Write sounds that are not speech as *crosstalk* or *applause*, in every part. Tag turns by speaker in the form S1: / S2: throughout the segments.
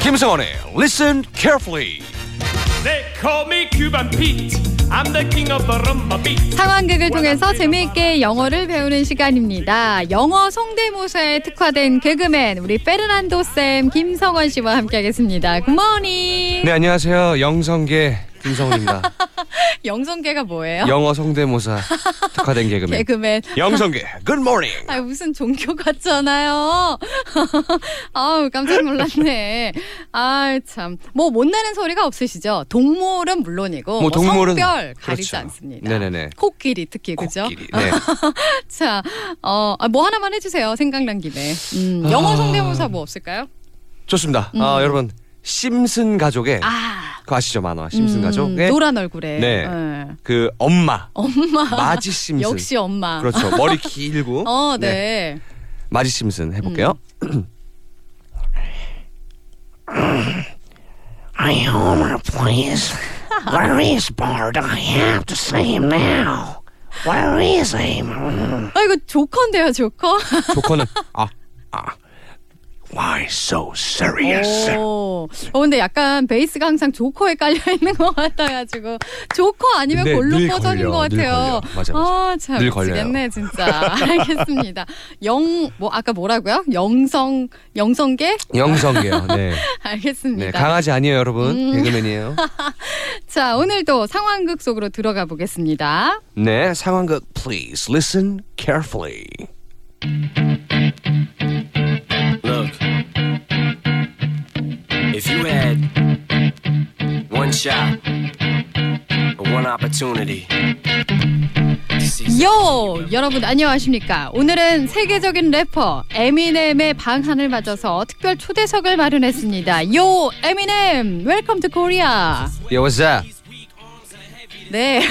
S1: 김성원의 Listen Carefully.
S2: They call me Cuban Pete. I'm the king of the rumba beat.
S3: 상황극을 통해서 재미있게 영어를 배우는 시간입니다. 영어 성대모사에 특화된 개그맨 우리 페르난도 쌤 김성원 씨와 함께하겠습니다. 굿모닝.
S1: 네 안녕하세요 영성계 김성원입니다.
S3: 영성계가 뭐예요?
S1: *laughs* 영어 성대모사 특화된 개그맨
S3: 개그맨.
S1: 영성계. Good morning.
S3: 아 무슨 종교 같잖아요. *laughs* 아우 깜짝 놀랐네. 아 참. 뭐 못내는 소리가 없으시죠? 동물은 물론이고
S1: 뭐 동물은-
S3: 성별 가리지
S1: 그렇죠.
S3: 않습니다.
S1: 네네네.
S3: 코끼리 특히 그죠?
S1: 코끼리. 네.
S3: 자, 어, 아, 뭐 하나만 해주세요. 생각난 김에.
S1: 아.
S3: 음, 영어 성대모사 뭐 없을까요?
S1: 좋습니다. 아 여러분 심슨 가족의
S3: 아,
S1: 그거 아시죠 만화 심슨
S3: 음,
S1: 가족의
S3: 노란 얼굴에.
S1: 네.
S3: 예.
S1: 그 엄마
S3: 엄마.
S1: 마지 심슨.
S3: 역시 엄마.
S1: 그렇죠 머리 *laughs* 길고.
S3: *laughs* 어, 네.
S1: 마지 심슨 해볼게요.
S4: I Homer, please. Where is Bart? I have to see him now. Where is he?
S1: 네.
S3: 아, 이거
S1: *laughs*
S3: 조커인데요, 조커.
S1: 조커는 아
S4: Why so serious?
S3: 오. 어, 근데 약간 베이스가 항상 조커에 깔려 있는 것 같아가지고. 조커 아니면
S1: 네,
S3: 골룸
S1: 늘
S3: 버전인
S1: 걸려,
S3: 것
S1: 늘
S3: 같아요.
S1: 걸려. 맞아, 맞아.
S3: 아, 참.
S1: 늘 걸려요.
S3: 미치겠네, 진짜. *laughs* 알겠습니다. 영, 뭐, 아까 뭐라고요? 영성, 영성계? *laughs*
S1: 영성계요. 네.
S3: 알겠습니다.
S1: 네 강아지 아니에요 여러분 개그맨이에요.
S3: 자, 오늘도 상황극 속으로 들어가 보겠습니다.
S1: 네 상황극 please listen carefully.
S5: Look, if you had one shot or one opportunity to see
S3: 요! 여러분 안녕하십니까? 오늘은 세계적인 래퍼 에미넴의 방한을 맞아서 특별 초대석을 마련했습니다. 요 에미넴, 웰컴 투 코리아.
S1: Yo what's up?
S3: 네.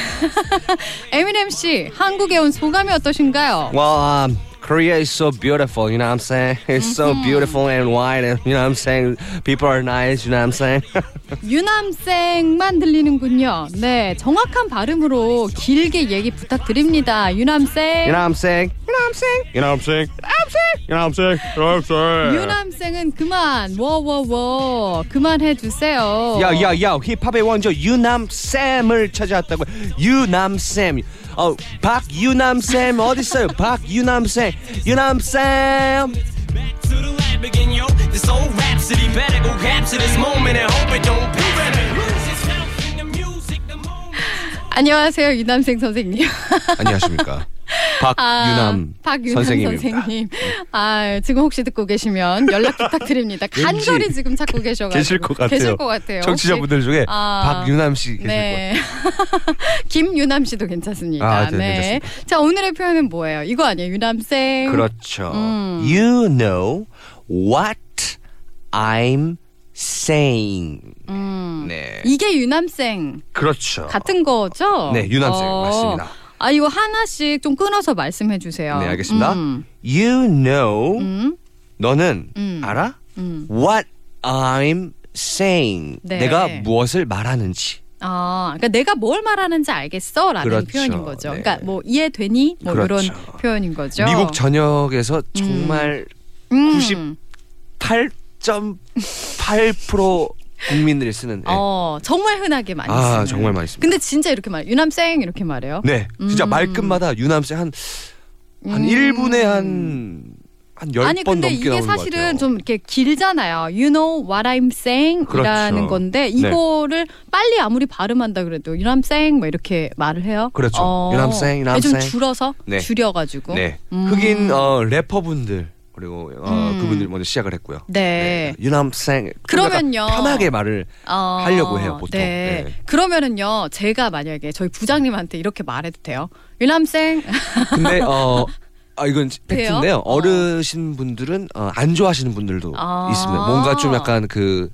S3: *laughs* 에미넴 씨, 한국에 온 소감이 어떠신가요?
S1: Well, um, Korea is so beautiful, you know what I'm saying? *laughs* It's so
S3: Mm-hmm.
S1: beautiful and white, and you know what I'm saying? People are nice, you know what I'm saying? *laughs*
S3: 유남생만 들리는군요. 네, 정확한 발음으로 길게 얘기 부탁드립니다.
S1: you know what
S3: 유남생.
S1: I'm saying? You know what I'm saying? You know what I'm saying? You know what I'm saying? You know what I'm saying?
S3: 유남생은 그만 워워워 그만해 주세요.
S1: 야, 야, 야, 힙합의 원조 유남쌤을 찾아왔다고. 유남쌤. 어, 박유남쌤 어딨어요? 박유남쌤. 유남쌤.
S5: Back to the lab again, yo. This old rhapsody better go capture this moment and hope it don't pass. And lose itself in the music, the moment.
S3: 안녕하세요 유남생 선생님.
S1: 안녕하십니까.
S3: *laughs* 아,
S1: 박유남
S3: 박윤남 선생님. 아 지금 혹시 듣고 계시면
S1: *laughs*
S3: 연락 부탁드립니다. 간절히 지금 찾고 계셔가지고
S1: 계실 것 같아요.
S3: 계실 것 같아요.
S1: 청취자분들 중에
S3: 아,
S1: 박유남 씨 계실
S3: 네. *laughs* 김유남 씨도 괜찮습니다.
S1: 아, 네,
S3: 자 오늘의 표현은 뭐예요? 이거 아니에요 유남생.
S1: 그렇죠.
S3: 음.
S1: You know what I'm saying. 네.
S3: 음. 이게 유남생
S1: 그렇죠.
S3: 같은 거죠?
S1: 네, 유남생, 맞습니다.
S3: 아 이거 하나씩 좀 끊어서 말씀해 주세요.
S1: 네, 알겠습니다.
S3: 음,
S1: You know
S3: 음.
S1: 너는
S3: 음.
S1: 알아?
S3: 음.
S1: What I'm saying.
S3: 네.
S1: 내가 무엇을 말하는지.
S3: 아, 그러니까 내가 뭘 말하는지 알겠어라는
S1: 그렇죠.
S3: 표현인 거죠.
S1: 네.
S3: 그러니까 뭐 이해되니 뭐
S1: 그렇죠.
S3: 이런 표현인 거죠.
S1: 미국 네. 전역에서 정말
S3: 음.
S1: 98.8% 국민들이 쓰는 예.
S3: 어, 정말 흔하게 많이
S1: 아,
S3: 쓰는.
S1: 정말 많이 씁니다.
S3: 근데 진짜 이렇게 말. 유남생 이렇게 말해요.
S1: 네. 진짜
S3: 음.
S1: 말끝마다 유남쌤 한한 1분에 한한 10번
S3: 아니 근데
S1: 넘게
S3: 이게
S1: 나오는 것
S3: 사실은
S1: 같아요.
S3: 좀 이렇게 길잖아요. You know what I'm saying이라는
S1: 그렇죠.
S3: 건데 이거를 빨리 아무리 발음한다 그래도 you know I'm saying 뭐 이렇게 말을 해요. 어.
S1: 그렇죠. You know I'm saying, you know I'm
S3: 좀
S1: saying.
S3: 줄어서
S1: 네.
S3: 줄여가지고.
S1: 네.
S3: 음.
S1: 흑인 어, 래퍼분들 그리고 어,
S3: 음.
S1: 그분들 먼저 시작을 했고요.
S3: 네.
S1: 유남생
S3: 그러면요.
S1: 편하게 말을
S3: 어,
S1: 하려고 해요, 보통.
S3: 네.
S1: 네.
S3: 그러면은요, 제가 만약에 저희 부장님한테 이렇게 말해도 돼요. 유남생.
S1: 근데 어 아, 이건
S3: 돼요?
S1: 팩트인데요.
S3: 어.
S1: 어르신 분들은 어, 안 좋아하시는 분들도
S3: 아.
S1: 있습니다. 뭔가 좀 약간 그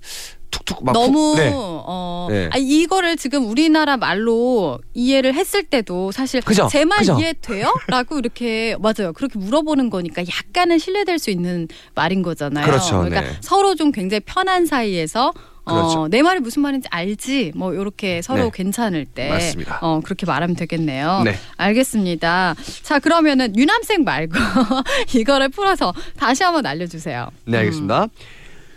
S1: 툭툭 막
S3: 너무
S1: 푹- 네.
S3: 어
S1: 네.
S3: 아, 이거를 지금 우리나라 말로 이해를 했을 때도 사실
S1: 그죠?
S3: 제 말
S1: 그죠?
S3: 이해돼요?라고 이렇게 *laughs* 맞아요 그렇게 물어보는 거니까 약간은 신뢰될 수 있는 말인 거잖아요.
S1: 그렇죠,
S3: 러니까
S1: 네.
S3: 서로 좀 굉장히 편한 사이에서 어,
S1: 그렇죠.
S3: 내 말이 무슨 말인지 알지 뭐 이렇게 서로
S1: 네.
S3: 괜찮을 때
S1: 맞습니다.
S3: 어, 그렇게 말하면 되겠네요.
S1: 네.
S3: 알겠습니다. 자 그러면은 *laughs* 유남생 말고 이거를 풀어서 다시 한번 알려주세요.
S1: 네, 알겠습니다.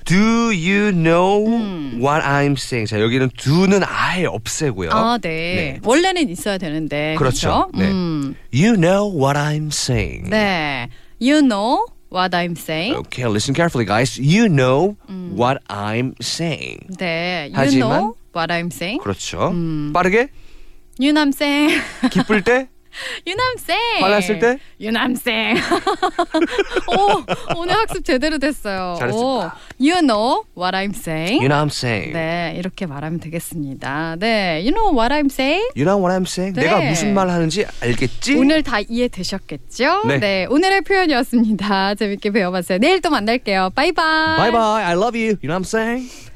S1: Do you know
S3: 음.
S1: what I'm saying? 자, 여기는 do는 아예 없애고요.
S3: 아, 네.
S1: 네.
S3: 원래는 있어야 되는데.
S1: 그렇죠. 네.
S3: 음.
S1: You know what I'm saying.
S3: 네. You know what I'm saying.
S1: Okay, listen carefully, guys. You know
S3: 음.
S1: what I'm saying.
S3: 네. You
S1: 하지만-
S3: know what I'm saying.
S1: 그렇죠.
S3: 음.
S1: 빠르게
S3: 유남생.
S1: 기쁠
S3: 네.
S1: 때
S3: *laughs* 유남생.
S1: 화났을 때?
S3: 유남생. *laughs* 오, 오늘 학습 제대로 됐어요.
S1: 잘했습니다.
S3: 오, you know what I'm saying.
S1: You know what I'm saying.
S3: 네, 이렇게 말하면 되겠습니다. 네, you know what I'm saying?
S1: You know what I'm saying.
S3: 네.
S1: 내가 무슨 말 하는지 알겠지?
S3: 오늘 다 이해되셨겠죠?
S1: 네.
S3: 오늘의 표현이었습니다. 재밌게 배워봤어요. 내일 또 만날게요. 바이바이.
S1: Bye bye. I love you. You know what I'm saying?